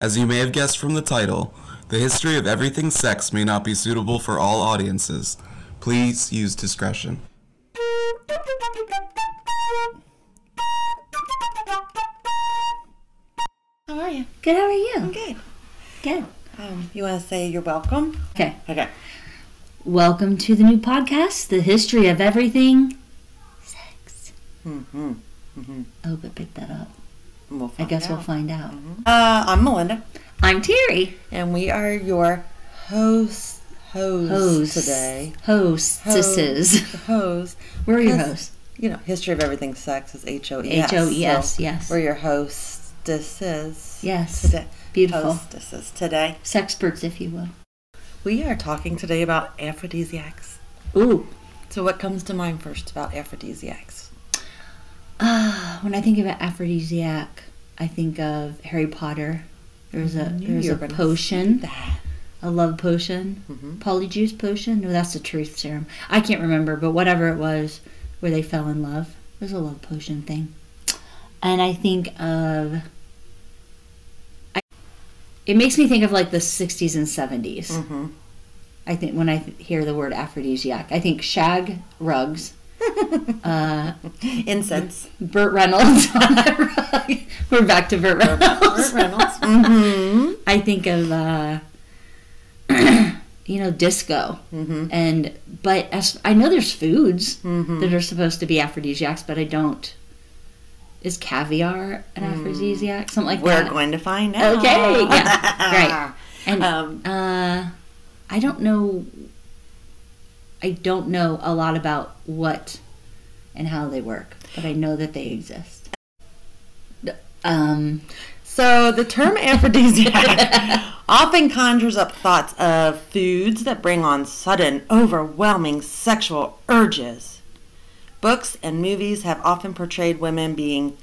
As you may have guessed from the title, the history of everything sex may not be suitable for all audiences. Please use discretion. How are you? Good, how are you? Good. Good. Um, you want to say you're welcome? Okay. Okay. Welcome to the new podcast, The History of Everything Sex. Mm-hmm. Oh, but pick that up. We'll I find guess we'll out. find out. Uh, I'm Melinda, I'm Terry. and we are your hosts. Hosts Host. today. Hostesses. Hosts. We're your Yes. hosts. You know, history of everything sex is H O E S. H O E S, so yes. We're your hostesses Yes. today. Beautiful. Hostesses today. Sexperts, if you will. We are talking today about aphrodisiacs. Ooh. So, what comes to mind first about aphrodisiacs? Ah, when I think about aphrodisiac, I think of Harry Potter. There's a Knew there's you a were gonna say potion, That. a love potion, polyjuice potion. No, that's the truth serum. I can't remember, but whatever it was, where they fell in love, it was a love potion thing. And I think of. I, it makes me think of like the '60s and '70s. Mm-hmm. I think when I th- hear the word aphrodisiac, I think shag rugs, uh, Incense. Burt Reynolds on that rug. We're back to Burt Reynolds. Burt Reynolds. Mm-hmm. I think of uh, you know disco, Mm-hmm. and but as, I know there's foods Mm-hmm. that are supposed to be aphrodisiacs, but I don't. Is caviar an aphrodisiac? Something like Mm. We're that. going to find out. Okay, yeah, right. And Um, uh, I don't know. I don't know a lot about what and how they work, but I know that they exist. Um, So the term aphrodisiac often conjures up thoughts of foods that bring on sudden, overwhelming sexual urges. Books and movies have often portrayed women being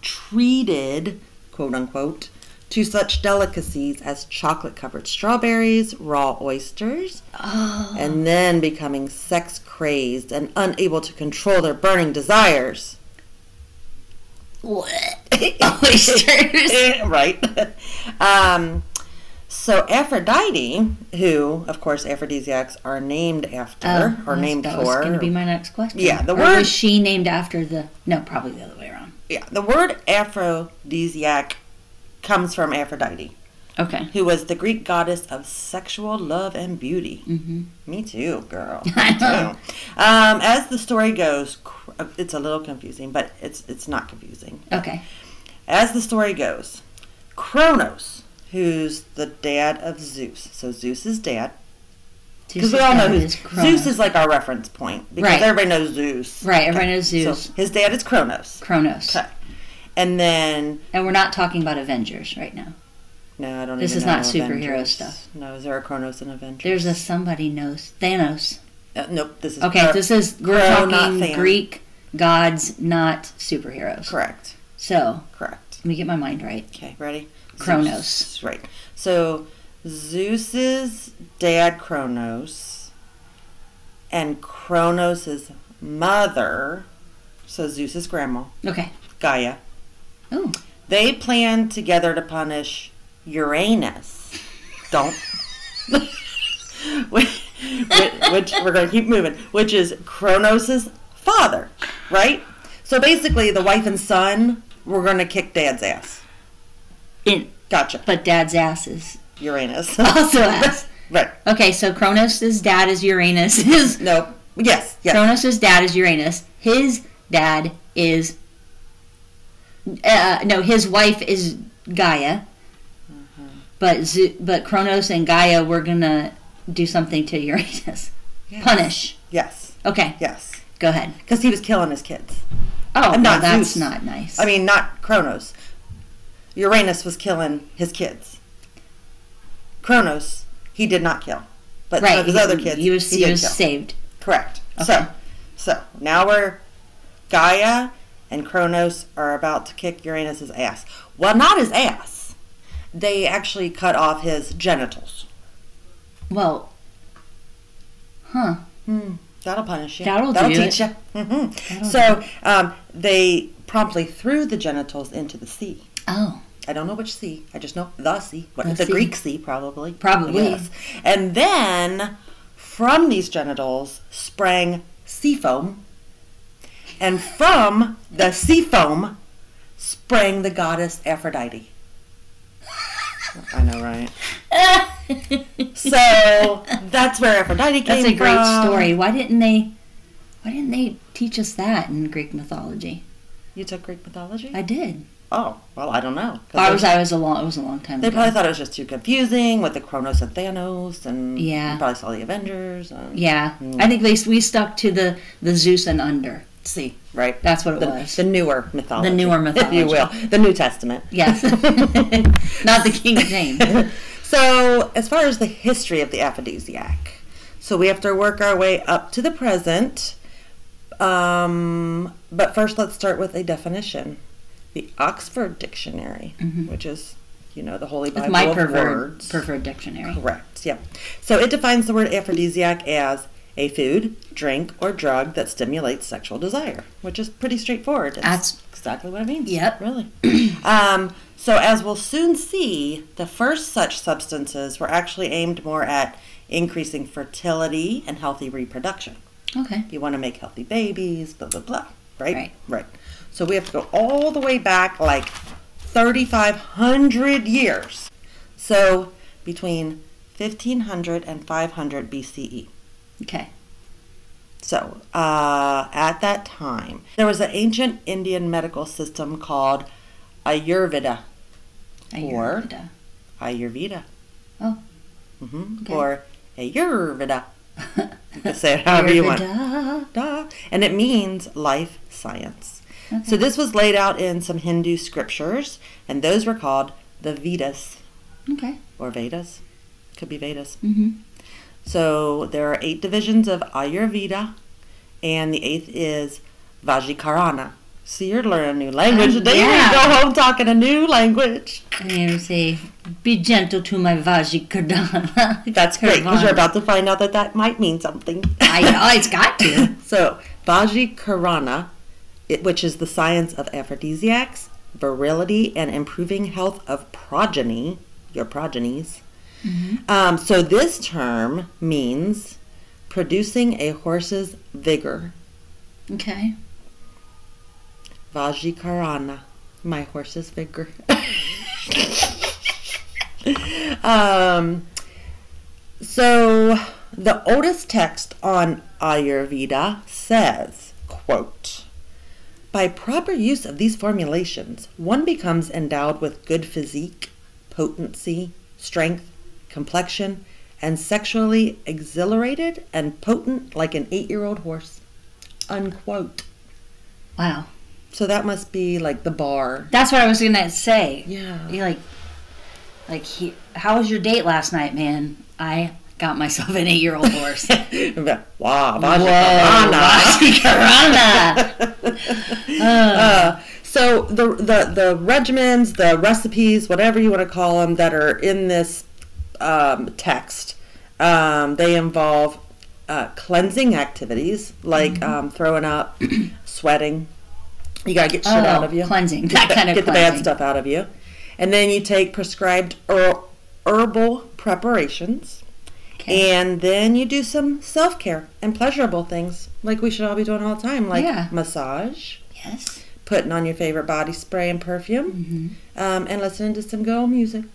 treated, quote unquote, to such delicacies as chocolate covered strawberries, raw oysters, oh, and then becoming sex crazed and unable to control their burning desires. what? Oysters. Eh, right. Um, so Aphrodite, who of course aphrodisiacs are named after or that's- named Oh, that for. was going to be my next question. Yeah, the Or word- was she named after the? No, probably the other way around. yeah, the word aphrodisiac comes from Aphrodite, Okay. who was the Greek goddess of sexual love and beauty. Mm-hmm. Me too, girl. I Me know. too. Um, as the story goes, cr- it's a little confusing, but it's it's not confusing. Okay. As the story goes, Kronos, who's the dad of Zeus, so Zeus's dad, Because we all know who Zeus is like our reference point because Right. everybody knows Zeus. Right, everybody knows So Zeus. his dad is Kronos. Kronos. Okay. And then And we're not talking about Avengers right now. no, I don't. This even is not know superhero Avengers. stuff. No, is there a Kronos in Avengers? There's a somebody knows Thanos. Uh, nope. This is Okay, Kro- this is we're Kro- not talking Thanos. Greek gods, not superheroes. Correct. So Correct. let me get my mind right. Okay, ready. Kronos. Zeus, Right. So Zeus's dad Kronos and Kronos's mother, so Zeus's grandma Okay. Gaia. Oh, They plan together to punish Uranus. Don't. which, which we're going to keep moving, which is Kronos' father, right? So basically, the wife and son were going to kick dad's ass. in Gotcha. but Dad's ass is Uranus. also ass. right. Okay, so Kronos' dad is Uranus. His No. Yes. Yes. Kronos' dad is Uranus. His dad is uh, no, his wife is Gaia. Mm-hmm. But Ze- but Kronos and Gaia were gonna do something to Uranus. Yes. Punish. Yes. Okay, Yes. go ahead. Because he was killing his kids. Oh, I'm no, not that's Zeus. not nice. I mean, not Kronos. Uranus was killing his kids. Kronos, he did not kill, but some right? of his he- other kids, he was, he did was kill. saved. Correct. Okay. So, so now we're Gaia and Kronos are about to kick Uranus's ass. Well, not his ass. They actually cut off his genitals. Well, huh? Hmm. That'll punish you. That'll do teach you. hmm That'll So um, they promptly threw the genitals into the sea. Oh, I don't know which sea. I just know the sea. What, The the sea. Greek sea, probably. Probably. Yes. And then from these genitals sprang sea foam. And from the sea foam sprang the goddess Aphrodite. I know, right? So that's where Aphrodite came That's a great from. story. Why didn't they? Why didn't they teach us that in Greek mythology? You took Greek mythology? I did. oh, well, I don't know. 'Cause I they- was. I was a long. It was a long time They ago. probably thought it was just too confusing with the Kronos and Thanos, and Yeah. you probably saw the Avengers. And, yeah, Hmm. I think they we stuck to the the Zeus and under. see, right? That's what it The, was. the newer mythology, The newer if you will, the New Testament. yes, not the King James. so, as far as the history of the aphrodisiac, so we have to work our way up to the present. Um, but first, let's start with a definition. The Oxford Dictionary, which is, you know, the Holy Bible Mm-hmm. My of preferred words. preferred dictionary. Correct. Yeah. So it defines the word aphrodisiac as a food, drink, or drug that stimulates sexual desire, which is pretty straightforward. It's That's- exactly what it means. Yep. Really. um, so as we'll soon see, the first such substances were actually aimed more at increasing fertility and healthy reproduction. Okay. You want to make healthy babies, blah blah blah. Right. Right. Right. So we have to go all the way back like 3,500 years. So between 1500 and 500 BCE. Okay. E. So uh, at that time, there was an ancient Indian medical system called Ayurveda. Or- Ayurveda. Ayurveda. Oh. hmm Okay. Or Ayurveda. You can say it however you want. Ayurveda. Da. And it means life science. Okay. So this was laid out in some Hindu scriptures, and those were called the Vedas Okay. or Vedas. Could be Vedas. hmm So there are eight divisions of Ayurveda, and the eighth is Vajikarana. So you're learning a new language Um, today. yeah. You go home talking a new language. And you say, "Be gentle to my Vajikardana." That's great because you're Karana. about to find out that that might mean something. I, oh, it's got to. So, Vajikarana, it, which is the science of aphrodisiacs, virility, and improving health of progeny, your progenies. Um, so, this term means producing a horse's vigor. Okay. Vajikarana, my horse's vigor. um, so the oldest text on Ayurveda says, quote, by proper use of these formulations, one becomes endowed with good physique, potency, strength, complexion, and sexually exhilarated and potent like an eight-year-old horse. Unquote. Wow. So that must be like the bar. That's what I was gonna say. Yeah. You like, like he, how was your date last night, man? I got myself an eight-year-old horse. wow. Vajrayana. Uh, so the, the the regimens, the recipes, whatever you want to call them, that are in this um, text, um, they involve uh, cleansing activities like Mm-hmm. um, throwing up, sweating. You gotta get shit Oh, out of you. cleansing. That kind of get the cleansing. bad stuff out of you, and then you take prescribed her- herbal preparations. Okay. And then you do some self care and pleasurable things like we should all be doing all the time, like Yeah. massage, yes. putting on your favorite body spray and perfume, um, and listening to some girl music.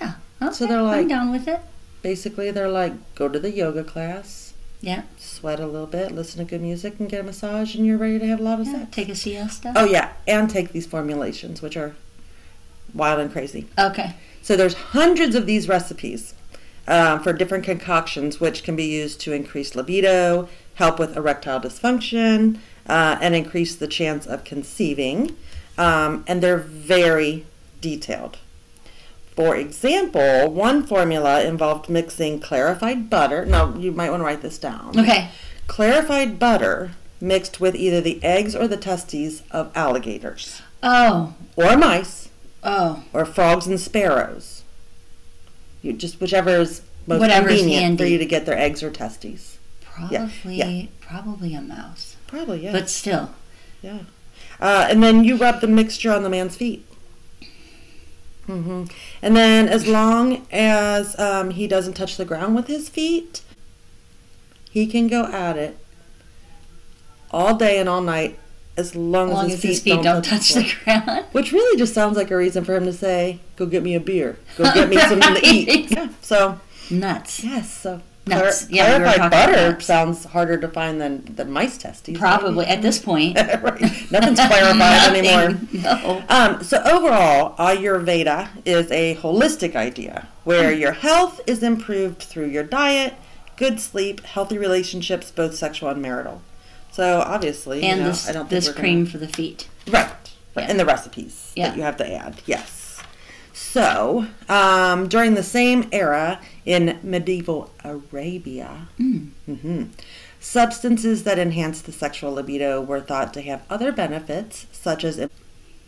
Yeah. Okay. So they're I'm like- down with it. Basically, they're like go to the yoga class, Yeah. sweat a little bit, listen to good music, and get a massage, and you're ready to have a lot of yeah. sex. Take a siesta. Oh, yeah, and take these formulations, which are wild and crazy. Okay. So there's hundreds of these recipes um, for different concoctions, which can be used to increase libido, help with erectile dysfunction, uh, and increase the chance of conceiving. Um, and they're very detailed. For example, one formula involved mixing clarified butter. Now, you might want to write this down. Okay. Clarified butter mixed with either the eggs or the testes of alligators, Oh. or mice, Oh. or frogs and sparrows. You just whichever is most Whatever's convenient for handy. you to get their eggs or testes. Yeah, Probably. Probably a mouse. Probably yeah. But still. yeah. Uh, and then you rub the mixture on the man's feet. hmm And then as long as um, he doesn't touch the ground with his feet, he can go at it all day and all night as long As as, long his, as feet his feet don't touch floor. the ground. Which really just sounds like a reason for him to say, "Go get me a beer. Go get me something to eat." Right. Yeah. So Nuts. yes. So Nuts. clar- Yeah, we were clarified talking butter nuts. sounds harder to find than than mice testes. Probably at this point. maybe. right. Nothing's clarified Nothing. anymore. No. Um, so overall, Ayurveda is a holistic idea where your health is improved through your diet, good sleep, healthy relationships, both sexual and marital. So obviously, you And know, this I don't think this we're gonna- cream for the feet. Right. right. Yeah. And the recipes Yeah. that you have to add. Yes. So, um, during the same era in medieval Arabia, Mm. mhm, substances that enhance the sexual libido were thought to have other benefits, such as im-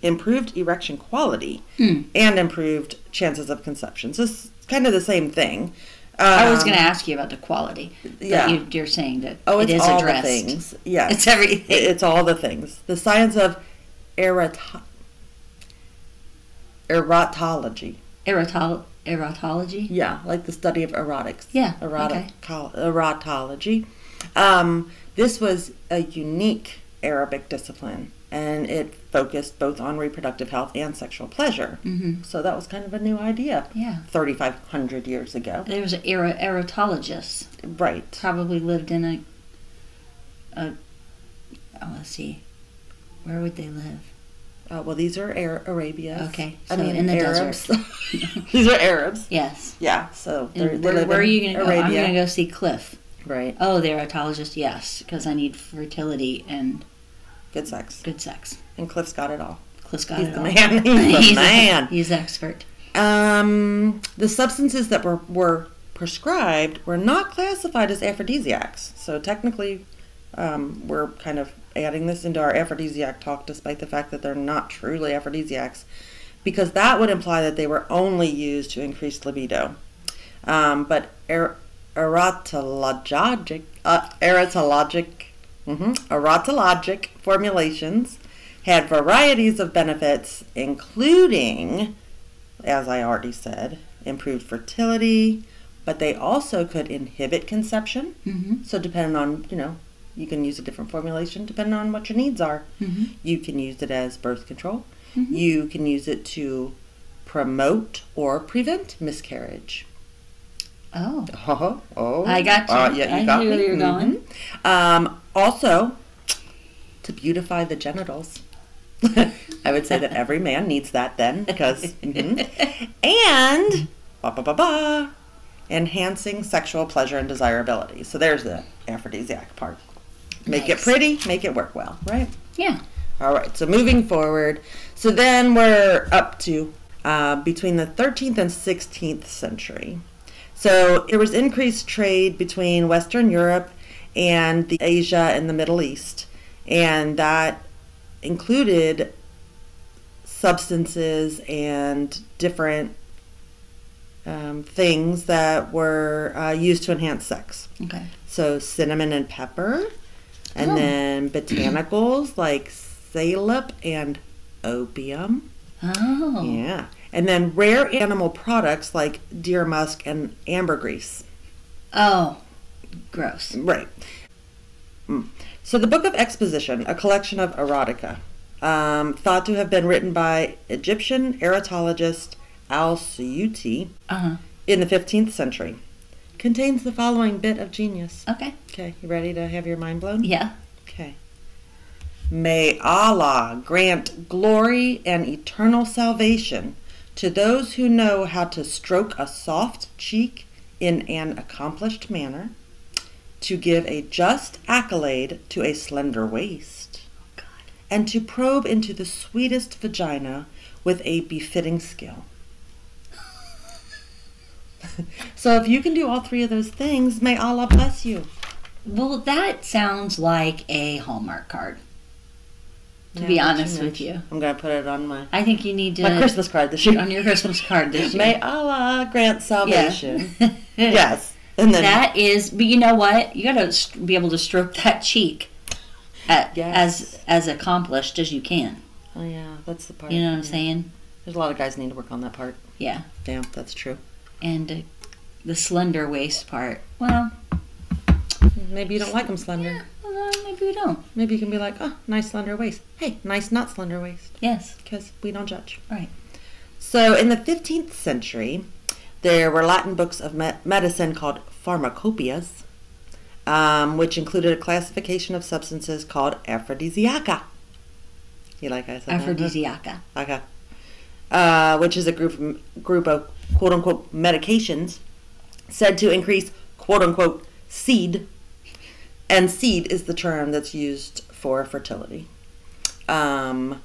improved erection quality Mm. and improved chances of conception. So, it's kind of the same thing. I was Um, going to ask you about the quality. but yeah. you, you're saying that Oh, it's it is all addressed. the things. Yes. It's everything. It- It's all the things. The science of erot- erotology. Erotol- erotology. Yeah, like the study of erotics. Yeah, Erotic. Erotology. Um, this was a unique Arabic discipline, and it focused both on reproductive health and sexual pleasure. Mhm. So that was kind of a new idea. Yeah. 3,500 years ago. There was an ero- erotologist. Right. Probably lived in a. a oh, let's see. Where would they live? Uh, well, these are Ar- Arabia. Okay, I so mean, in the Arabs. these are Arabs. Yes. Yeah, so And they're, they where, live where are in you going to go? I'm Arabia. going to go see Cliff. Right, Oh, the erotologist. Yes, because I need fertility and good sex. good sex. And Cliff's got it all. Cliff's got He's it the all. man. He's the he's man. he's the expert. Um, the substances that were, were prescribed were not classified as aphrodisiacs. So technically, um, we're kind of adding this into our aphrodisiac talk, despite the fact that they're not truly aphrodisiacs, because that would imply that they were only used to increase libido. Um, but er- erotologic, uh, erotologic, mhm, erotologic formulations had varieties of benefits, including as I already said, improved fertility, but they also could inhibit conception. Mm-hmm. So, depending on, you know, you can use a different formulation depending on what your needs are. Mhm. You can use it as birth control, Mhm. you can use it to promote or prevent miscarriage. Oh, Oh, oh. I got you. Uh, yeah, you I got see me. where you're going. Mhm. Um, also, to beautify the genitals. I would say that every man needs that then because. mhm. And, ba ba ba ba, enhancing sexual pleasure and desirability. So there's the aphrodisiac part. Make it Nice. pretty, make it work well, right? yeah. All right, so moving forward. So then we're up to uh, between the 13th and 16th century. So there was increased trade between Western Europe and the Asia and the Middle East, and that included substances and different um, things that were uh, used to enhance sex. Okay. So cinnamon and pepper, and Oh. then botanicals like salep and opium. Oh. Yeah. And then rare animal products like deer musk and ambergris. Oh, gross. Right. Mm. So the Book of Exposition, a collection of erotica, um, thought to have been written by Egyptian erotologist Al-Suyuti Uh in the 15th century, contains the following bit of genius. huh. Okay. Okay, you ready to have your mind blown? Yeah. Okay. May Allah grant glory and eternal salvation to those who know how to stroke a soft cheek in an accomplished manner, to give a just accolade to a slender waist, God. and to probe into the sweetest vagina with a befitting skill. so if you can do all three of those things, may Allah bless you. Well, that sounds like a Hallmark card. To Yeah, be that's honest too with much. you, I'm gonna put it on my I think you need to my Christmas card this on year. your Christmas card this year. May Allah grant Yeah. salvation. yes, and then that is, but you know what? You got to be able to stroke that cheek at, Yes. as as accomplished as you can. oh yeah, that's the part. You know what I'm yeah. saying? There's a lot of guys need to work on that part. Yeah. Damn, that's true. And uh, the slender waist part. Well, Maybe you don't like them slender. yeah, well, uh, maybe we don't. Maybe you can be like, oh, nice slender waist. Hey, nice not slender waist. Yes. Because we don't judge. Right. So in the 15th century, there were Latin books of me- medicine called pharmacopoeias, um, which included a classification of substances called aphrodisiaca. You like I said that? Aphrodisiaca. Okay. Uh, which is a group group of quote unquote medications said to increase quote unquote seed, and seed is the term that's used for fertility. Um,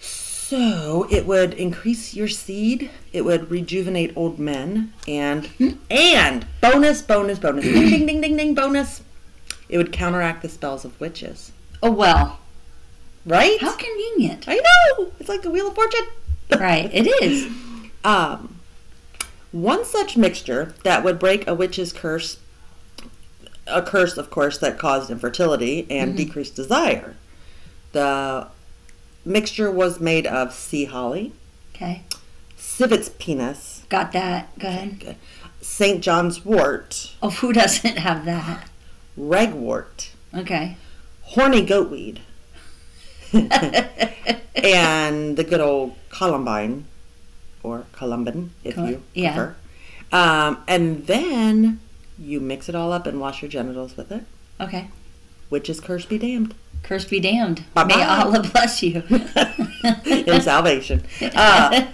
so it would increase your seed. It would rejuvenate old men, and and bonus, bonus, bonus, ding, ding, ding, ding, ding, bonus. It would counteract the spells of witches, Oh, well. right? How convenient. I know. It's like the Wheel of Fortune. Right. It is. Um, one such mixture that would break a witch's curse, a curse, of course, that caused infertility and Mm-hmm. decreased desire. The mixture was made of sea holly, Okay. civet's penis, Got that. Go ahead. St. John's wort, Oh, who doesn't have that? ragwort, Okay. horny goatweed, and the good old columbine or columbin if Col- you yeah. prefer um, and then you mix it all up and wash your genitals with it okay. which is curse be damned Curse be damned. May Bye-bye. Allah bless you. in salvation uh,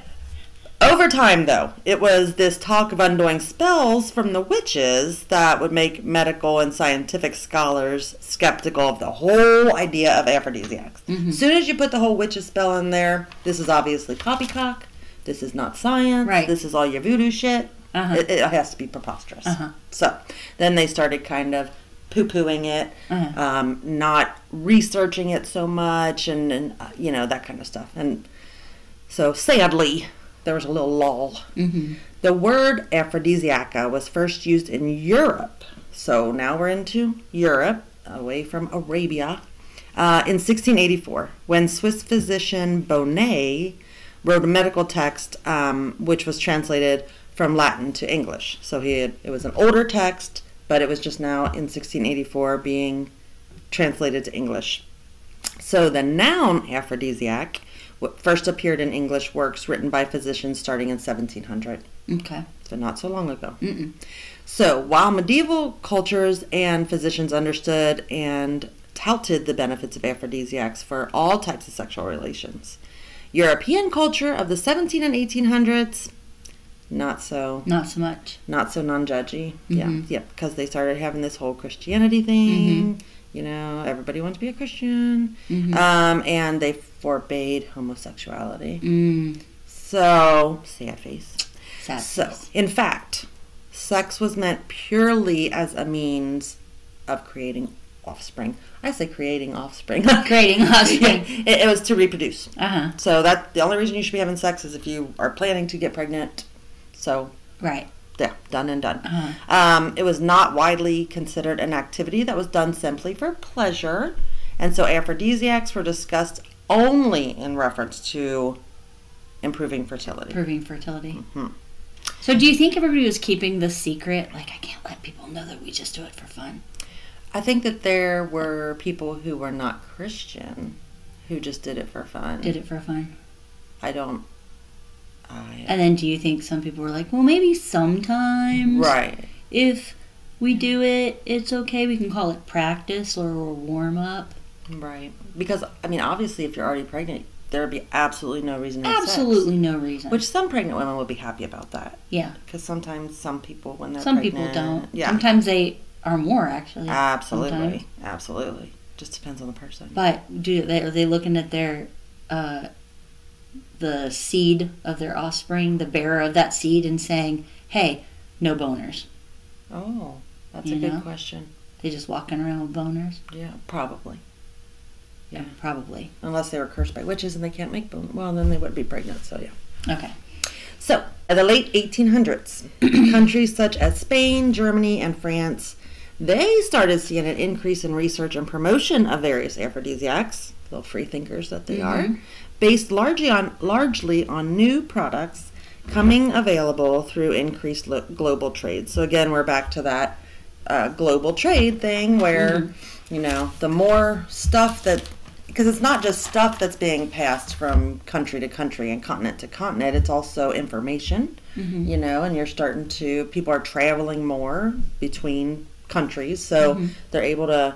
over time though it was this talk of undoing spells from the witches that would make medical and scientific scholars skeptical of the whole idea of aphrodisiacs Mm-hmm. as soon as you put the whole witch's spell in there this is obviously poppycock this is not science Right. this is all your voodoo shit Uh-huh. it, it has to be preposterous Uh-huh. So then they started kind of poo pooing it, Uh-huh. um, not researching it so much, and, and uh, you know, that kind of stuff. And so sadly, there was a little lull. Mhm. The word aphrodisiaca was first used in Europe. So now we're into Europe, away from Arabia, uh, in 1684, when Swiss physician Bonnet wrote a medical text um, which was translated from Latin to English. So he had, it was an older text, but it was just now in 1684 being translated to English. So the noun aphrodisiac w- first appeared in English works written by physicians starting in 1700, okay. so not so long ago. So while medieval cultures and physicians understood and touted the benefits of aphrodisiacs for all types of sexual relations, European culture of the 17 and 1800s, not so Not so much. not so non-judgy. Yeah, yeah, because they started having this whole Christianity thing. You know, everybody wants to be a Christian, um, and they forbade homosexuality. Mm. So sad face. Sad. So, in fact, sex was meant purely as a means of creating offspring. I say creating offspring. Creating offspring. it, it was to reproduce. Uh huh. So that the only reason you should be having sex is if you are planning to get pregnant. So Right. yeah, done and done. Uh-huh. Um, it was not widely considered an activity that was done simply for pleasure, and so aphrodisiacs were discussed only in reference to improving fertility. Proving fertility. Mm-hmm. So, do you think everybody was keeping the secret? Like, I can't let people know that we just do it for fun. I think that there were people who were not Christian who just did it for fun. Did it for fun. I don't. I, And then, do you think some people were like, well, maybe sometimes right. if we do it, it's okay. We can call it practice or warm up. Right. Because, I mean, obviously, if you're already pregnant, there would be absolutely no reason to have sex. Absolutely no reason. Which some pregnant women would be happy about that. yeah, Because sometimes some people, when they're some pregnant, people don't. Yeah, Ah. Sometimes they are more actually. absolutely, sometimes. absolutely. Just depends on the person. But do they are they looking at their uh, the seed of their offspring, the bearer of that seed, and saying, "Hey, no boners." Oh, that's You a good know? question. They just walking around with boners. Yeah, probably. Yeah. probably. Unless they were cursed by witches and they can't make bone. Well, then they would be pregnant. So yeah. Okay. So, in the late 1800s, countries such as Spain, Germany, and France, they started seeing an increase in research and promotion of various aphrodisiacs, little free thinkers that they are, based largely on largely on new products coming available through increased lo- global trade. So again, we're back to that uh, global trade thing where you know the more stuff that because it's not just stuff that's being passed from country to country and continent to continent. It's also information, you know, and you're starting to people are traveling more between countries, so they're able to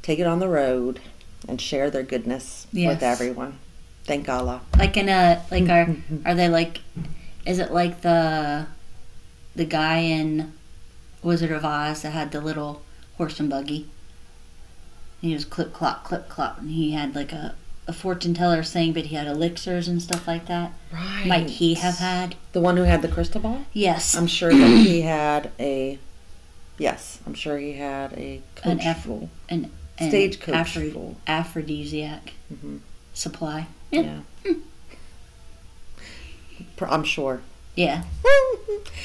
take it on the road and share their goodness Yes. with everyone. Thank Allah. Like in a like are Mm-hmm. are they like is it like the the guy in Wizard of Oz that had the little horse and buggy? He was clip clop clip clop and he had like a, a fortune teller saying but he had elixirs and stuff like that. Right. Might he have had? the one who had the crystal ball? Yes. I'm sure that he had a. Yes, I'm sure he had a coach An F- full. an, an Stagecoach aphro- full. aphrodisiac Mhm. supply. Yeah. Pr- I'm sure. Yeah.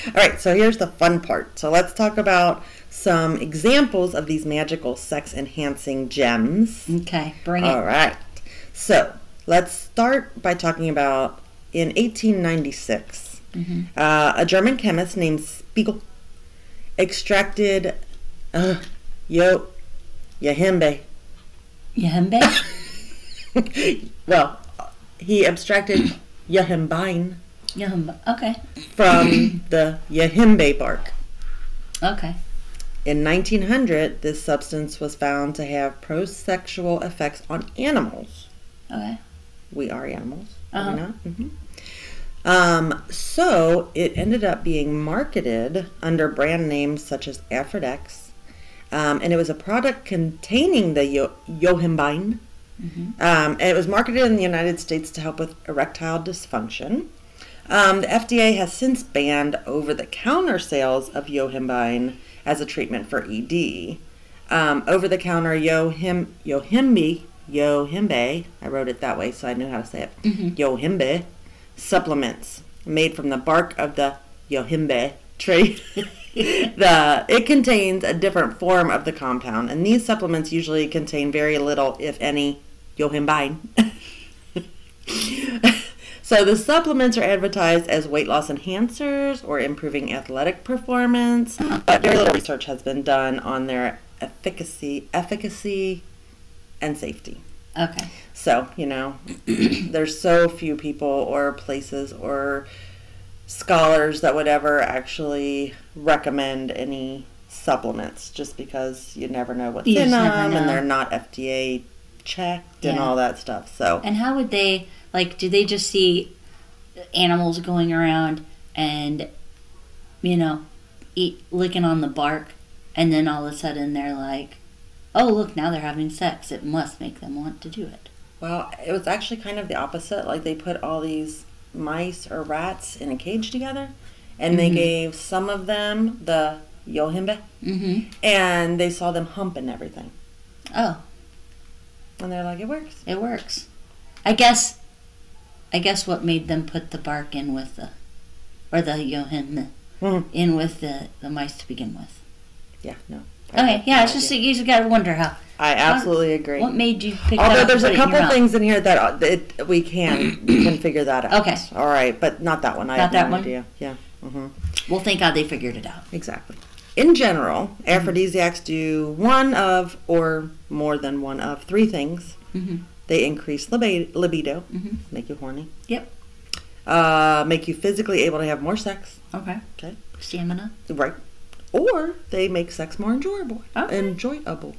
All right, so here's the fun part. So let's talk about some examples of these magical sex enhancing gems. Okay. Bring All it. right. So let's start by talking about in 1896, uh, a German chemist named Spiegel extracted. Uh, yo, Yahimbe. Yahembe? well, he abstracted Yahimbine Yahembe. Okay. from the Yahimbe bark. Okay. In 1900, this substance was found to have prosexual effects on animals. Okay. We are animals, are Uh-huh. we not? hmm Um, so it ended up being marketed under brand names such as Aphrodex, um, and it was a product containing the yo- yohimbine. Um, and it was marketed in the United States to help with erectile dysfunction. Um, the FDA has since banned over the counter sales of yohimbine as a treatment for E ED. Um, over the counter yohim, yohimbe, yohimbe, I wrote it that way so I knew how to say it, yohimbe supplements made from the bark of the yohimbe tree. the it contains a different form of the compound, and these supplements usually contain very little, if any, yohimbine. so the supplements are advertised as weight loss enhancers or improving athletic performance, but very little research has been done on their efficacy, efficacy, and safety. Okay. So, you know, there's so few people or places or scholars that would ever actually recommend any supplements just because you never know what's You in just never them and know. they're not FDA checked and Yeah. all that stuff. So, And how would they like? Do they just see animals going around and you know eat licking on the bark, and then all of a sudden they're like, "Oh, look! Now they're having sex. It must make them want to do it." well, it was actually kind of the opposite. Like, they put all these mice or rats in a cage together and they gave some of them the yohimbe Mm-hmm. and they saw them humping everything. Oh, And they're like, it works. it works. I guess. I guess what made them put the bark in with the, or the yohin Mhm. in with the the mice to begin with. Yeah, no. I Okay, have yeah, no it's just idea. you just gotta wonder how. I absolutely agree. What made you pick that Although up there's and a put it in couple your mouth? things in here that uh, it, we can we can figure that out. Okay. All right, but not that one. I Not have that no one? idea. Yeah. hmm Well, thank God they figured it out. Exactly. In general, Mm-hmm. aphrodisiacs do one of or more than one of three things. Mhm. They increase libe- libido, Mhm. make you horny. Yep. Uh, make you physically able to have more sex. Okay. Okay. Stamina. Right. Or they make sex more enjoyable. Okay. Enjoyable.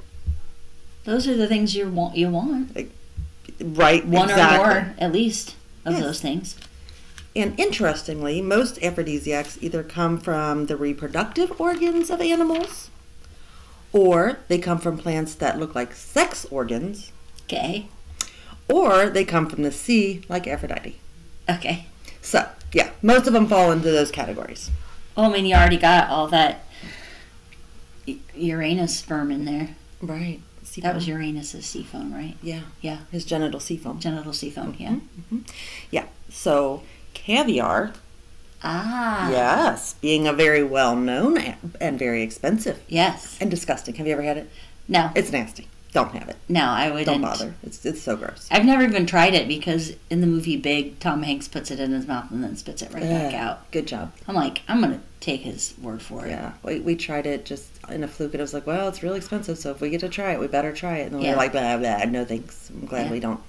Those are the things you want. You want Right. one exactly. or more at least of Yes. those things. And interestingly, most aphrodisiacs either come from the reproductive organs of animals or they come from plants that look like sex organs Okay. or they come from the sea like Aphrodite. Okay. So, yeah, most of them fall into those categories. Well, I mean, Oh, you already got all that U- Uranus sperm in there. Right. That was Uranus's sea foam, right? Yeah. Yeah. His genital seafoam. Genital sea foam. Yeah. Mm-hmm. Yeah. So, caviar, Ah. yes, being a very well known and very expensive Yes. and disgusting. Have you ever had it? No. It's nasty. Don't have it. No, I wouldn't. Don't bother. It's it's so gross. I've never even tried it because in the movie Big, Tom Hanks puts it in his mouth and then spits it right back Yeah. out. Good job. I'm like, I'm gonna take his word for it. Yeah, we, we tried it just in a fluke, and I was like, well, it's really expensive, so if we get to try it, we better try it. And then we Yeah. were like, blah, blah, no thanks. I'm glad Yeah. we don't,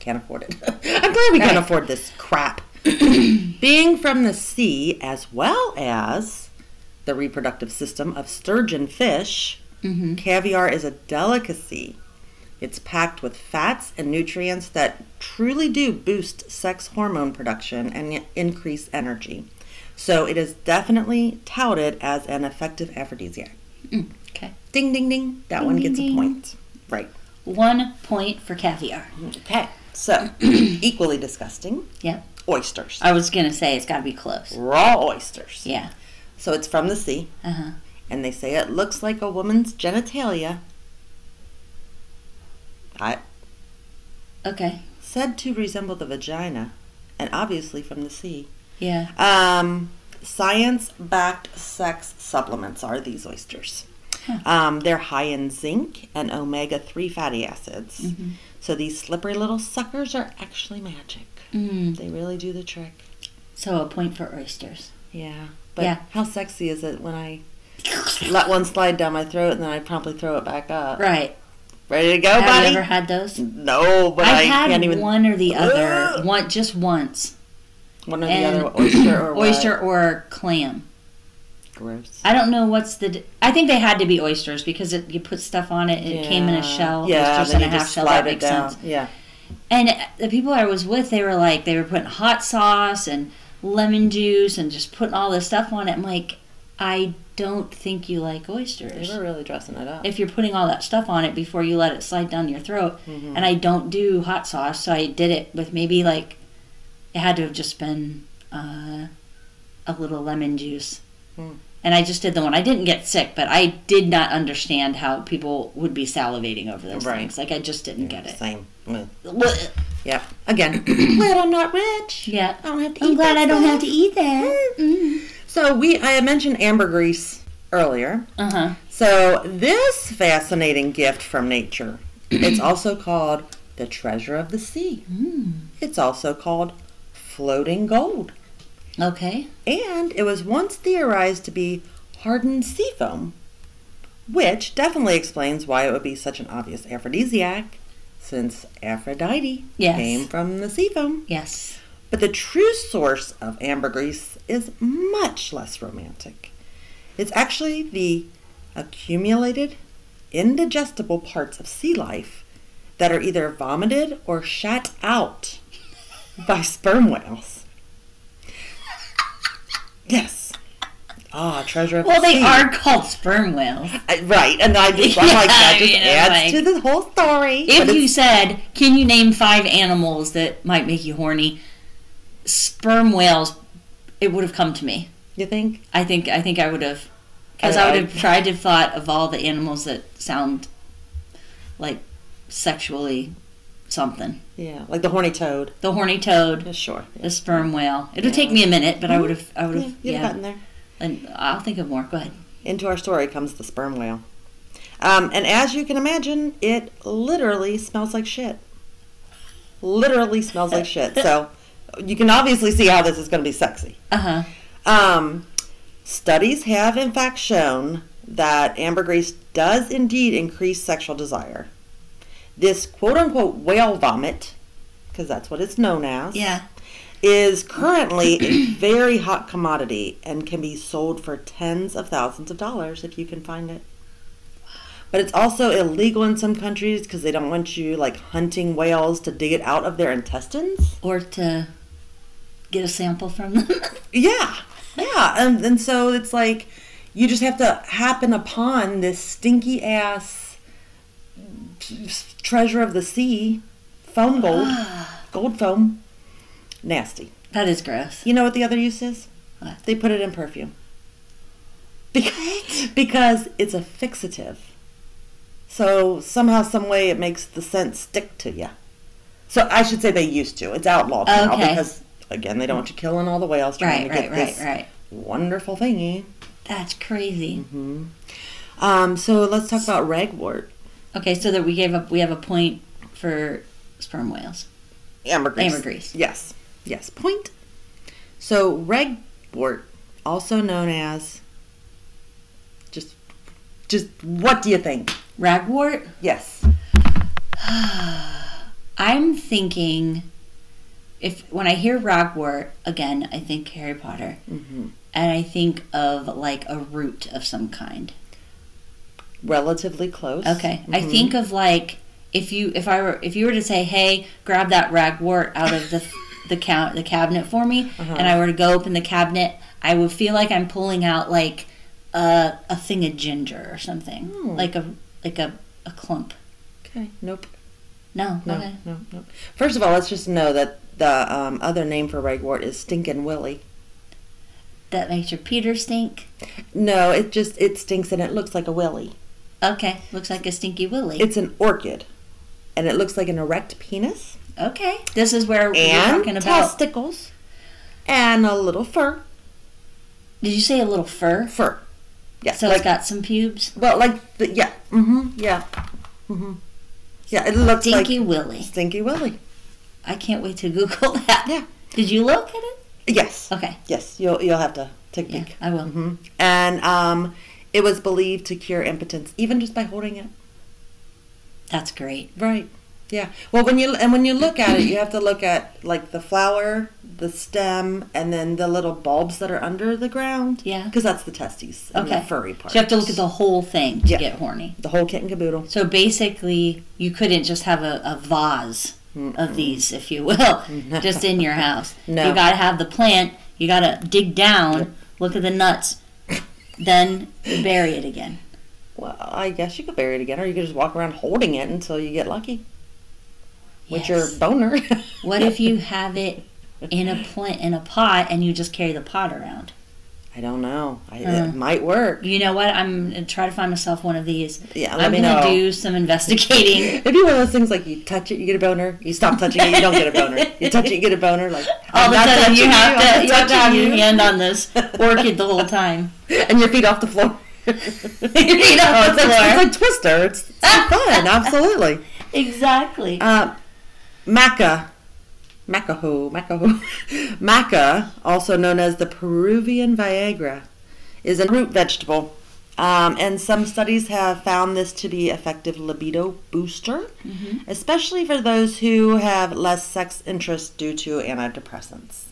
can't afford it. I'm glad we can't Right. afford this crap. Being from the sea, as well as the reproductive system of sturgeon fish, Mhm. caviar is a delicacy. It's packed with fats and nutrients that truly do boost sex hormone production and y- increase energy. So it is definitely touted as an effective aphrodisiac. Mm, okay. Ding, ding, ding. That Ding, one ding, gets ding. a point. Right. One point for caviar. Okay. So, equally disgusting Yep. oysters. I was gonna say it's gotta be close. Raw oysters. Yeah. So it's from the sea, Uh huh. and they say it looks like a woman's genitalia. I Okay. said to resemble the vagina, and obviously from the sea. Yeah. Um, Science backed sex supplements are these oysters. Huh. Um, they're high in zinc and omega 3 fatty acids. Mhm. So these slippery little suckers are actually magic. Mm. They really do the trick. So a point for oysters. Yeah. But Yeah. how sexy is it when I let one slide down my throat and then I promptly throw it back up? Right. Ready to go, Have you Oh, buddy? ever had those? No, but I I've had can't even. one or the other. Ugh. One just once. One or the and- other, oyster or what? Oyster or clam. Gross. I don't know what's the. d- I think they had to be oysters because it, you put stuff on it. It came in a Yeah. shell. Yeah, oysters then in you a half just shell. slide That it makes down. sense. Yeah. And the people I was with, they were like, they were putting hot sauce and lemon juice and just putting all this stuff on it. I'm like, I don't think you like They oysters. were really dressing it up. if you're putting all that stuff on it before you let it slide down your throat. Mm-hmm. And I don't do hot sauce, so I did it with maybe like it had to have just been uh, a little lemon juice. Mm. And I just did the one. I didn't get sick, but I did not understand how people would be salivating over those Right. things. Like I just didn't get Same. Mm. it. Yep. Again, glad I'm not rich. Yeah. I don't have to. I'm eat glad that Mm-hmm. I don't stuff. have to eat that. So we, I mentioned ambergris earlier. Uh huh. So this fascinating gift from nature, it's also called the treasure of the sea. It's also called floating gold, Okay. and it was once theorized to be hardened sea foam, which definitely explains why it would be such an obvious aphrodisiac, since Aphrodite Yes. came from the sea foam. Yes. But the true source of ambergris is much less romantic. It's actually the accumulated, indigestible parts of sea life that are either vomited or shat out by sperm whales. Yes. Ah, treasure of Well, the they sea. are called sperm whales. I- right, and I just I'm like that I just mean, I'm adds like- to the whole story. If but you it's- said, "Can you name five animals that might make you horny?" Sperm whales, it would have come to me. you think I think. I think I would have, because I would have tried to thought of all the animals that sound like sexually something. yeah, like the horny toad. The horny toad, Yeah, sure. the sperm whale. It would take me a minute, but I would have. I would Mm-hmm. Yeah, you'd have have. Yeah. gotten there. And I'll think of more. Go ahead. Into our story comes the sperm whale. Um, and as you can imagine, it literally smells like shit. Literally smells like shit. So you can obviously see how this is going to be sexy. Uh huh. Um, studies have, in fact, shown that ambergris does indeed increase sexual desire. This quote unquote whale vomit, because that's what it's known as, Yeah. is currently a very hot commodity and can be sold for tens of thousands of dollars if you can find it. But it's also illegal in some countries because they don't want you like hunting whales to dig it out of their intestines. Or to get a sample from them. Yeah, yeah, and and so it's like you just have to happen upon this stinky ass treasure of the sea, foam gold, gold foam, nasty. that is gross. You know what the other use is? What? They put it in perfume. Because, because it's a fixative. So somehow, some way, it makes the scent stick to you. So I should say they used to. It's outlawed now Okay. because, again, they don't want you killing all the whales trying Right, to right, get right, this right. wonderful thingy. Mm-hmm. That's crazy. Um, so let's talk about ragwort. Okay, so that we gave up. We have a point for sperm whales. Ambergris. Ambergris. Yes. Yes. Point. So regwort, also known as just just what do you think? Ragwort. Yes. I'm thinking, if when I hear ragwort again, I think Harry Potter, Mhm. and I think of like a root of some kind. Relatively close. Okay, I Mm-hmm. think of like if you if I were if you were to say, hey, grab that ragwort out of the the count the cabinet for me, Uh-huh. and I were to go open the cabinet, I would feel like I'm pulling out like a a thing of ginger or something, Hmm. like a like a a clump. Okay. Nope. No, No. okay. No. No. First of all, let's just know that the um, other name for regwort is stinking willy. that makes your Peter stink. No, it just it stinks and it looks like a willy. Okay, looks like a stinky willy. It's an orchid, and it looks like an erect penis okay, this is where we're and talking about. testicles and a little fur. Did you say a little fur? Fur. Yeah. So like it's got some pubes. Well, like the, yeah, mm-hmm, yeah, mm-hmm, yeah. It looks Stinky like willy. Stinky Willy. I can't wait to Google that. Yeah. Did you look at it? Yes, Okay. yes. You'll you'll have to take a Uh. Yeah, peek. I will. hmm And um, it was believed to cure impotence, even just by holding it. That's great. Right. Yeah. Well, when you and when you look at it, you have to look at like the flower, the stem, and then the little bulbs that are under the ground. Yeah. Because that's the testes. And Okay. The furry part. So you have to look at the whole thing to Yeah. get horny. the whole kit and caboodle. So basically, you couldn't just have a, a vase of these, if you will, just in your house. No. You gotta have the plant, you gotta dig down, look at the nuts, then bury it again. Well, I guess you could bury it again, or you could just walk around holding it until you get lucky. with your Yes. boner. What if you have it in a plant in a pot and you just carry the pot around? I don't know. I, Uh. It might work. You know what? I'm gonna try to find myself one of these. Yeah, let I'm me gonna know. do some investigating. It'd be one of those things like you touch it, you get a boner. You stop touching it, you don't get a boner. You touch it, you get a boner. Like All I'm of a not sudden, you touching have I'm to not you have to have touching your you. hand on this orchid the whole time. and your feet off the floor. your feet off the it's Like, floor. it's like Twister. It's, it's so fun. Absolutely. Exactly. Uh, maca, macaho, macaho, maca, also known as the Peruvian Viagra, is a root vegetable. Um, and some studies have found this to be effective libido booster, Mm-hmm. especially for those who have less sex interest due to antidepressants.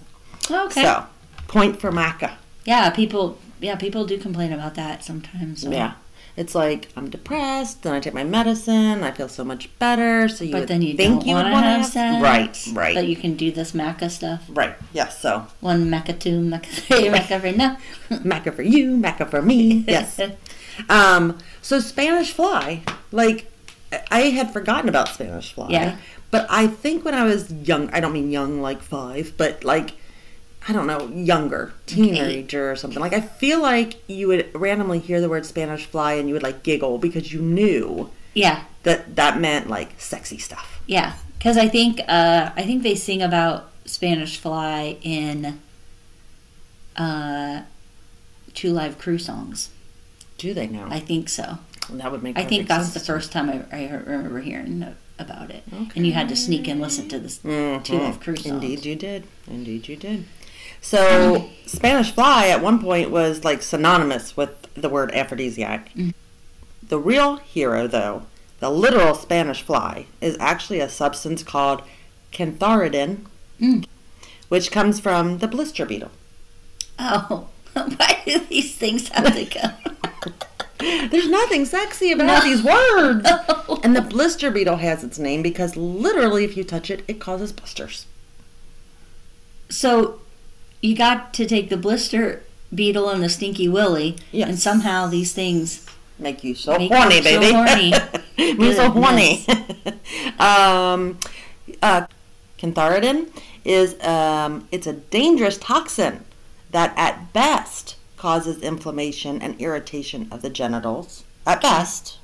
okay. So, point for maca. Yeah, people. Yeah, people do complain about that sometimes. so- Yeah. It's like I'm depressed, then I take my medicine, I feel so much better. So you But would then you think don't you would want to wanna have sex. Right, right, But you can do this maca stuff. right. Yes. so One maca, two maca, three maca, right now. Maca for you, Maca for me. Yes. um, so Spanish fly, like I had forgotten about Spanish fly. Yeah. But I think when I was young, I don't mean young like five, but like I don't know, younger, teenager or something. Like I feel like you would randomly hear the word Spanish fly and you would like giggle because you knew yeah. that that meant like sexy stuff. Yeah, because I think uh, I think they sing about Spanish Fly in uh, two live crew songs. Do they now? I think so. that would make. I perfect think that's the sense. first time I, I remember hearing about it. And you had to sneak and listen to this Mm, two live crew songs. Indeed, you did. Indeed, you did. So, Spanish fly at one point was like synonymous with the word aphrodisiac. The real hero, though, the literal Spanish fly, is actually a substance called cantharidin, Mm. which comes from the blister beetle. Oh, why do these things have to go? There's nothing sexy about these words. And the blister beetle has its name because literally, if you touch it, it causes blisters. so you got to take the blister beetle and the stinky willy, Yes. and somehow these things. Make you so Make you horny, so baby. horny. Me so horny. um, uh, cantharidin is um, it's a dangerous toxin that at best causes inflammation and irritation of the genitals. At best,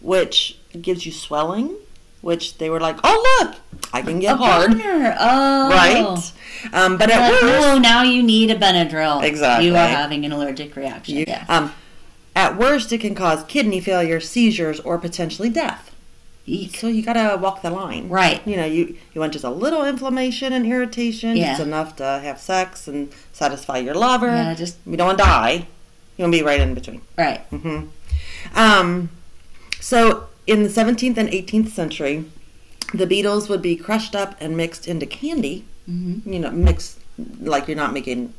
which gives you swelling. Which they were like, oh look, I can get hard, Boner. Oh, right? Um, but at Like, worst, oh, now you need a Benadryl. Exactly. You are having an allergic reaction. You- yeah. Um, At worst, it can cause kidney failure, seizures, or potentially death. Eek. So you gotta walk the line. Right. You know, you, you want just a little inflammation and irritation. Yeah. It's enough to have sex and satisfy your lover. Yeah, just You don't want to die. You want to be right in between. right. hmm Um, so, in the 17th and 18th century, the beetles would be crushed up and mixed into candy. hmm You know, mixed like you're not making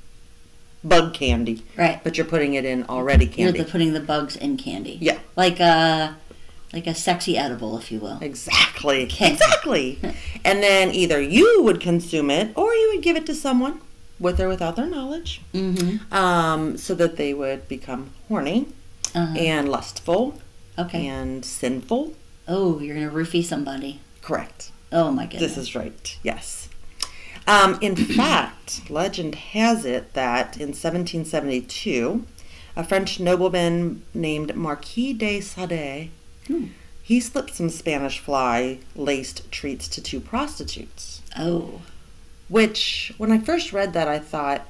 bug candy, Right. but you're putting it in already You're candy. the, putting the bugs in candy. Yeah. Like a like a sexy edible, if you will. Exactly. Okay. Exactly. and then either you would consume it or you would give it to someone with or without their knowledge Mm-hmm. um, so that they would become horny Uh-huh. and lustful Okay. and sinful. Oh, you're gonna roofie somebody. Correct. Oh my goodness. This is right, yes. Um, in fact, legend has it that in 1772, a French nobleman named Marquis de Sade, Hmm. he slipped some Spanish fly laced treats to two prostitutes. oh. Which, when I first read that, I thought,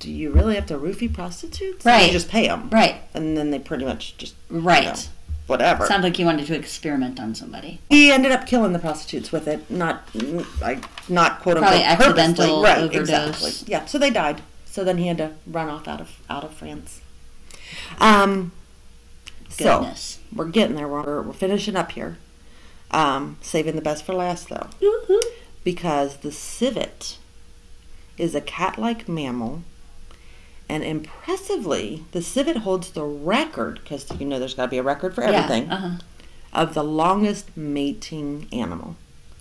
do you really have to roofie prostitutes? Right. You just pay them, Right. and then they pretty much just Right. whatever. Sounds like you wanted to experiment on somebody. He ended up killing the prostitutes with it, not like not quote unquote Probably purposely. accidental right, overdose. Exactly. Yeah, so they died. So then he had to run off out of out of France. Um, so Goodness. we're getting there. We're we're finishing up here. Um, saving the best for last though, Woohoo. because the civet is a cat-like mammal. And impressively, the civet holds the record, because you know there's got to be a record for everything, Yeah. Uh-huh. of the longest mating animal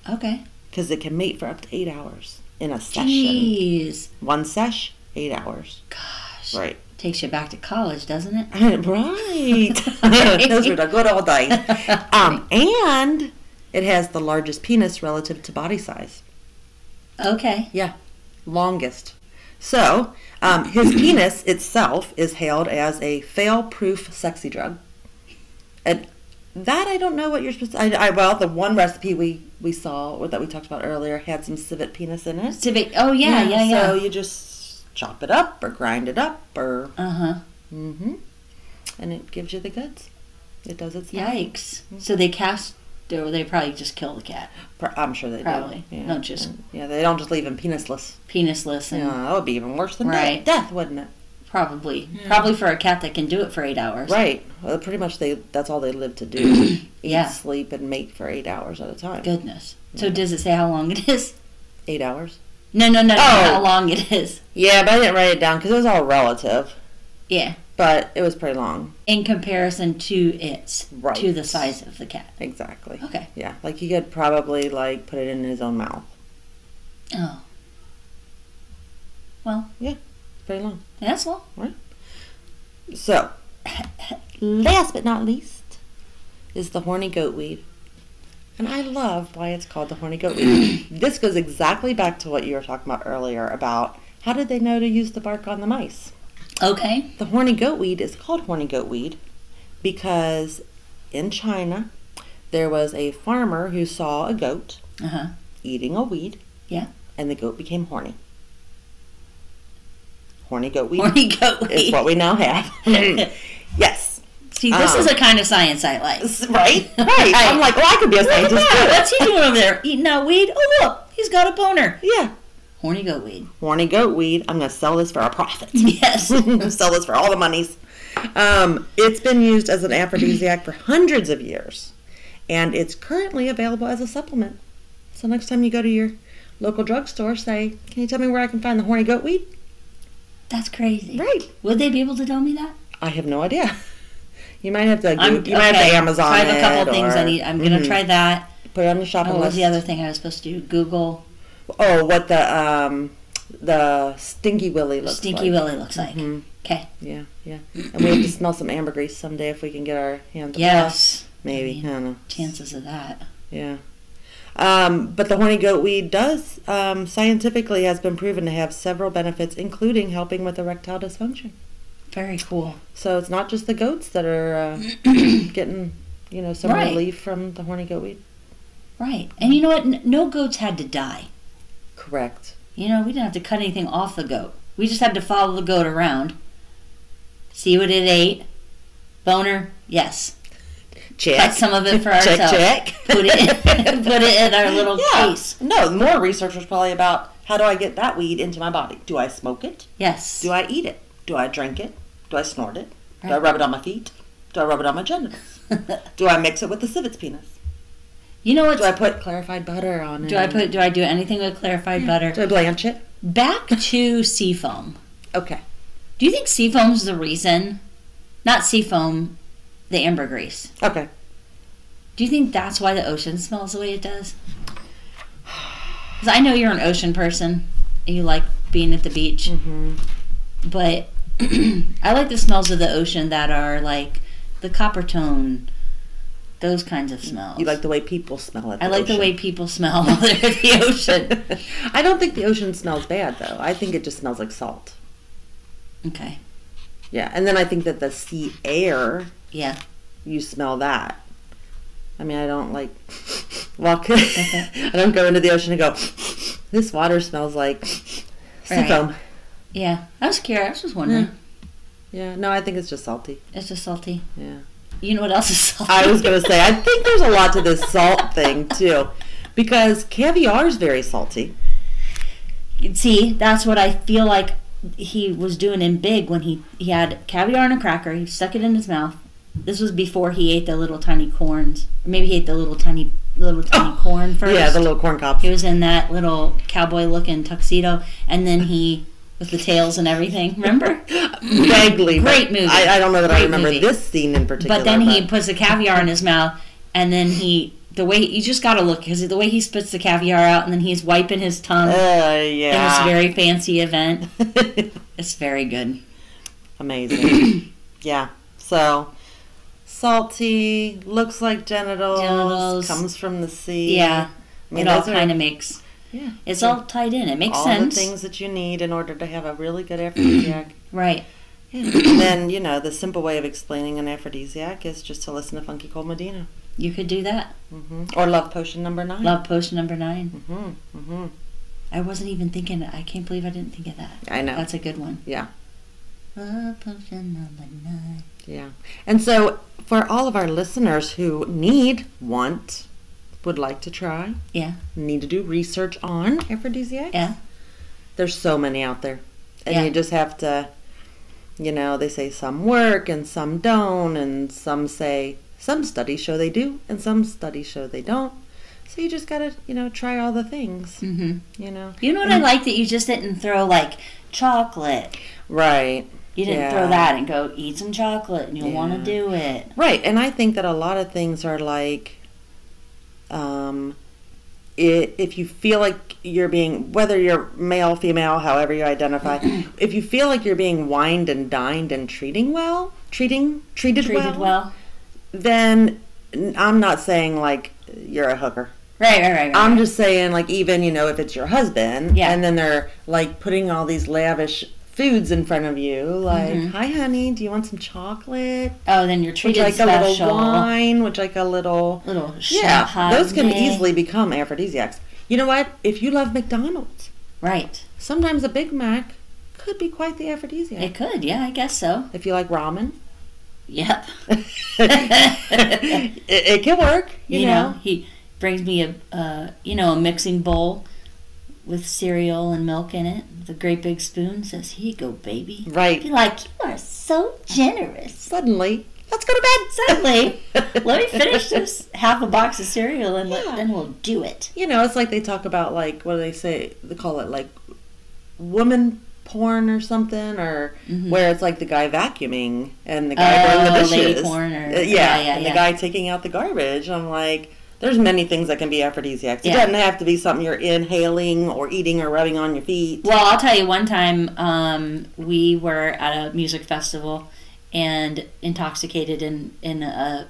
Okay. because it can mate for up to eight hours in a session. Jeez. One sesh, eight hours. Gosh. Right. Takes you back to college, doesn't it? right. Those were the good old days. Um, and it has the largest penis relative to body size. Okay. Yeah. Longest. So, um, his penis itself is hailed as a fail proof sexy drug. And that I don't know what you're supposed to. I, I, well, the one recipe we, we saw or that we talked about earlier had some civet penis in it. Civic. Oh yeah, yeah, yeah. So you just chop it up or grind it up or uh huh. mm-hmm, and it gives you the goods. It does its thing. Yikes. So they cast. Or they probably just kill the cat, Pro- I'm sure they Probably. do. Don't just- yeah, they don't just leave him penisless. penisless, and Yeah, that would be even worse than Right. death, death, wouldn't it? probably, probably for a cat that can do it for eight hours. Right. Well, pretty much they that's all they live to do. Yeah. Eat, sleep, and mate for eight hours at a time. Goodness. So does it say how long it is? Eight hours. No, no, no, no. Oh. How long it is? Yeah, but I didn't write it down because it was all relative. Yeah. But it was pretty long. In comparison to its, Right. to the size of the cat. Exactly. Okay. Yeah, like he could probably like put it in his own mouth. Oh. Pretty long. That's long. So, last but not least is the horny goat weed. And I love why it's called the horny goat weed. this goes exactly back to what you were talking about earlier about how did they know to use the bark on the mice? Okay. The horny goat weed is called horny goat weed because in China there was a farmer who saw a goat Uh huh. eating a weed. Yeah. And the goat became horny. Horny goat weed Horny goat is weed. what we now have. yes. See, this um, is a kind of science I like. S- Right? Right. I'm like, well, I could be a Look at scientist. that. too. What's he doing over there? Eating that weed? Oh, look. He's got a boner. Yeah. Horny goat weed. Horny goat weed. I'm going to sell this for a profit. Yes. sell this for all the monies. Um, it's been used as an aphrodisiac for hundreds of years, and it's currently available as a supplement. So next time you go to your local drugstore, say, can you tell me where I can find the horny goat weed? That's crazy. Right. Would they be able to tell me that? I have no idea. You might have to. Go, you I'm- might have okay, to Amazon. I have a couple it things I or- need. I'm gonna Mhm. try that. Put it on your shopping Oh, what was list. the other thing I was supposed to do? Google Oh, what the um, the stinky willy looks Stinky like. Willy looks like. Mhm. Okay. Yeah, yeah. And we have to smell some ambergris someday if we can get our hands. on it. Yes. maybe. I don't know. Chances of that. Yeah. Um, but the horny goat weed does um, scientifically has been proven to have several benefits, including helping with erectile dysfunction. Very cool. So it's not just the goats that are uh, getting, you know, some Right. relief from the horny goat weed. Right. And you know what? N- No goats had to die. Correct. You know, we didn't have to cut anything off the goat. We just had to follow the goat around, see what it ate, Boner, yes. Check. Cut some of it for Check, ourselves. check. Put it in, put it in our little Yeah. case. No, more research was probably about how do I get that weed into my body? Do I smoke it? Yes. Do I eat it? Do I drink it? Do I snort it? Do I Right. rub it on my feet? Do I rub it on my genitals? Do I mix it with the civet's penis? you know what? Do I put clarified butter on it? Um, Do I put? Do I do anything with clarified Do butter? I blanch it? Back to seafoam. Okay. Do you think seafoam's the reason? Not seafoam, the ambergris. Okay. Do you think that's why the ocean smells the way it does? Because I know you're an ocean person. And you like being at the beach, Mm-hmm. but I like the smells of the ocean that are like the copper tone, those kinds of smells. You like the way people smell it. I like the way people smell while they're at the ocean. I don't think the ocean smells bad though. I think it just smells like salt. Okay. Yeah, and then I think that the sea air, Yeah. you smell that. I mean, I don't like walk. I don't go into the ocean and go. This water smells like seafoam. Yeah. I was curious. I was just wondering. Hmm. Yeah, no, I think it's just salty. It's just salty. Yeah. You know what else is salty? I was gonna say I think there's a lot to this salt thing too, because caviar is very salty. See, that's what I feel like he was doing in Big when he, he had caviar and a cracker. He stuck it in his mouth. This was before he ate the little tiny corns. Maybe he ate the little tiny little tiny corn first. Oh, Yeah, the little corn cobs. he was in that little cowboy looking tuxedo, and then he with the tails and everything. Remember? Vaguely, but Great movie. I, I don't know that I Great remember movie. this scene in particular. But then he puts the caviar in his mouth, and then he the way you just gotta look because the way he spits the caviar out, and then he's wiping his tongue Uh, in this yeah. very fancy event. It's very good. Amazing. yeah. So salty, looks like genitals, Genitals. comes from the sea. Yeah, I mean, it all those are kind of makes. Yeah. It's all tied in. It makes all sense, the things that you need in order to have a really good aphrodisiac. right? and then, you know, the simple way of explaining an aphrodisiac is just to listen to Funky Cole Medina. You could do that. hmm Or Love Potion number nine. Love potion number nine. hmm hmm I wasn't even thinking. I can't believe I didn't think of that. I know. That's a good one. yeah. Love potion number nine. Yeah. And so, for all of our listeners who need, want, would like to try, Yeah. need to do research on aphrodisiacs, Yeah. there's so many out there. And Yeah. you just have to, you know, they say some work and some don't, and some say some studies show they do, and some studies show they don't. So you just gotta, you know, try all the things, hmm you know. You know what I like that you just didn't throw like chocolate. Right. You didn't Yeah. throw that and go eat some chocolate and you'll want Yeah. to do it. Right, and I think that a lot of things are like, um, i if you feel like you're being, whether you're male, female, however you identify, if you feel like you're being wined and dined and treating well, treating treated, Treated well. then n- I'm not saying like you're a hooker. Right, right, right. right. I'm just saying like even you know if it's your husband, Yeah. and then they're like putting all these lavish foods in front of you, like, Mm-hmm. hi honey, do you want some chocolate? oh, then you're Would treated you like a special. little wine? Would you like a little? Little Yeah, those can champagne. easily become aphrodisiacs. You know what? If you love McDonald's, Right. sometimes a Big Mac could be quite the aphrodisiac. It could. Yeah, I guess so. if you like ramen, Yep. it, it can work. You, you know? know, he brings me a uh, you know a mixing bowl with cereal and milk in it. The great big spoon says, "Here you go, baby." I'd right? be like, "You are so generous." Suddenly, let's go to bed. Suddenly, let me finish this half a box of cereal and let- Yeah. then we'll do it. You know, it's like they talk about like what do they say? They call it like woman porn or something, or where it's like the guy vacuuming and the guy doing the Mm-hmm. Oh, dishes. lady porn or- Uh, yeah, yeah, yeah, and yeah. the guy taking out the garbage. I'm like, there's many things that can be aphrodisiacs. It Yeah. doesn't have to be something you're inhaling or eating or rubbing on your feet. Well, I'll tell you one time um, we were at a music festival and intoxicated in in a,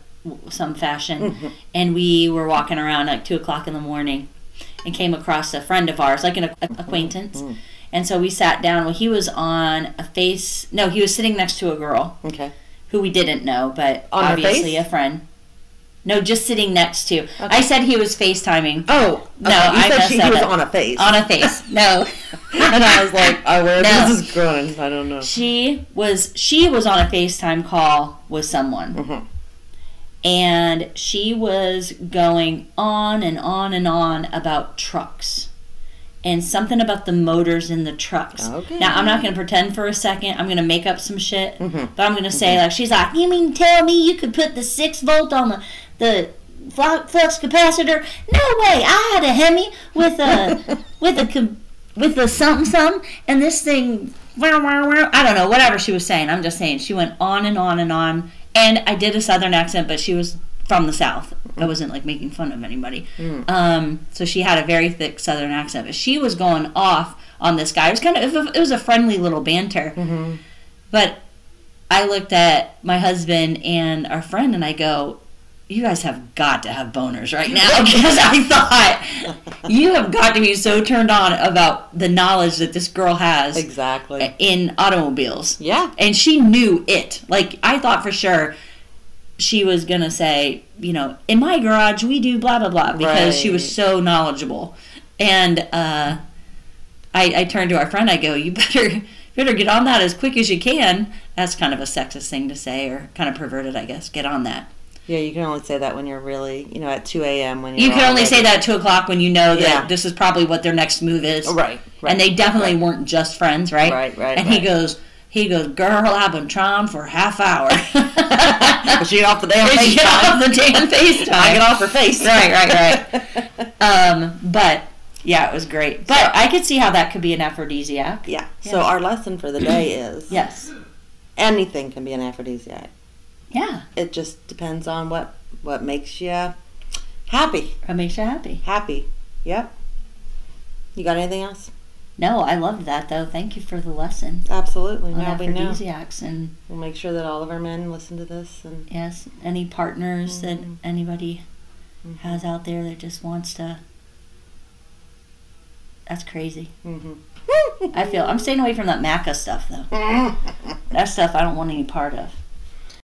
some fashion, and we were walking around like two o'clock in the morning, and came across a friend of ours, like an ac- acquaintance, Mm-hmm. and so we sat down. Well, he was on a face. No, he was sitting next to a girl Okay. who we didn't know, but On her obviously face? a friend. No, just sitting next to. I said he was FaceTiming Oh, No, okay, you I said messed she, he that was up. on a face, on a face. No. Oh. and I was like, "Oh, where No. this is going? I don't know." she was she was on a FaceTime call with someone. Mhm. And she was going on and on and on about trucks and something about the motors in the trucks. Okay. Now, I'm not going to pretend for a second. I'm going to make up some shit. But I'm going to say, like, she's like, You mean tell me you could put the 6 volt on the, the flu- flux capacitor? No way. I had a Hemi with a, with a, com- with a something something and this thing wow wow wow I don't know whatever she was saying I'm just saying she went on and on and on and I did a southern accent but she was from the south I wasn't like making fun of anybody um so she had a very thick southern accent but she was going off on this guy it was kind of it was a friendly little banter but I looked at my husband and our friend and I go you guys have got to have boners right now because I thought you have got to be so turned on about the knowledge that this girl has Exactly. in automobiles. Yeah. And she knew it. Like I thought for sure she was going to say, you know, in my garage we do blah blah blah because she was Right. so knowledgeable. And uh I, I turned to our friend. I go, "You better, better get on that as quick as you can." That's kind of a sexist thing to say, or kind of perverted, I guess. Get on that. Yeah, you can only say that when you're really, you know, at 2 a.m. when you're You can all only ready. say that at two o'clock when you know that Yeah. this is probably what their next move is. Right, right, and they definitely weren't just friends, right? Right, right, And right. he goes, he goes, girl, I've been trying for a half hour. She get off the damn She FaceTime. get off the damn FaceTime. I get off her face. right, right, right. um, but yeah, it was great. But I could see how that could be an aphrodisiac. Yeah. So our lesson for the day is Yes. anything can be an aphrodisiac. Yeah, It just depends on what what makes you happy. that makes you happy. Happy. Yep. You got anything else? No, I loved that though. Thank you for the lesson Absolutely. on Now we know. aphrodisiacs and. We'll make sure that all of our men listen to this and Yes, any partners Mm-hmm. that anybody has out there that just wants to. That's crazy. mm-hmm. I feel I'm staying away from that maca stuff though. that stuff I don't want any part of.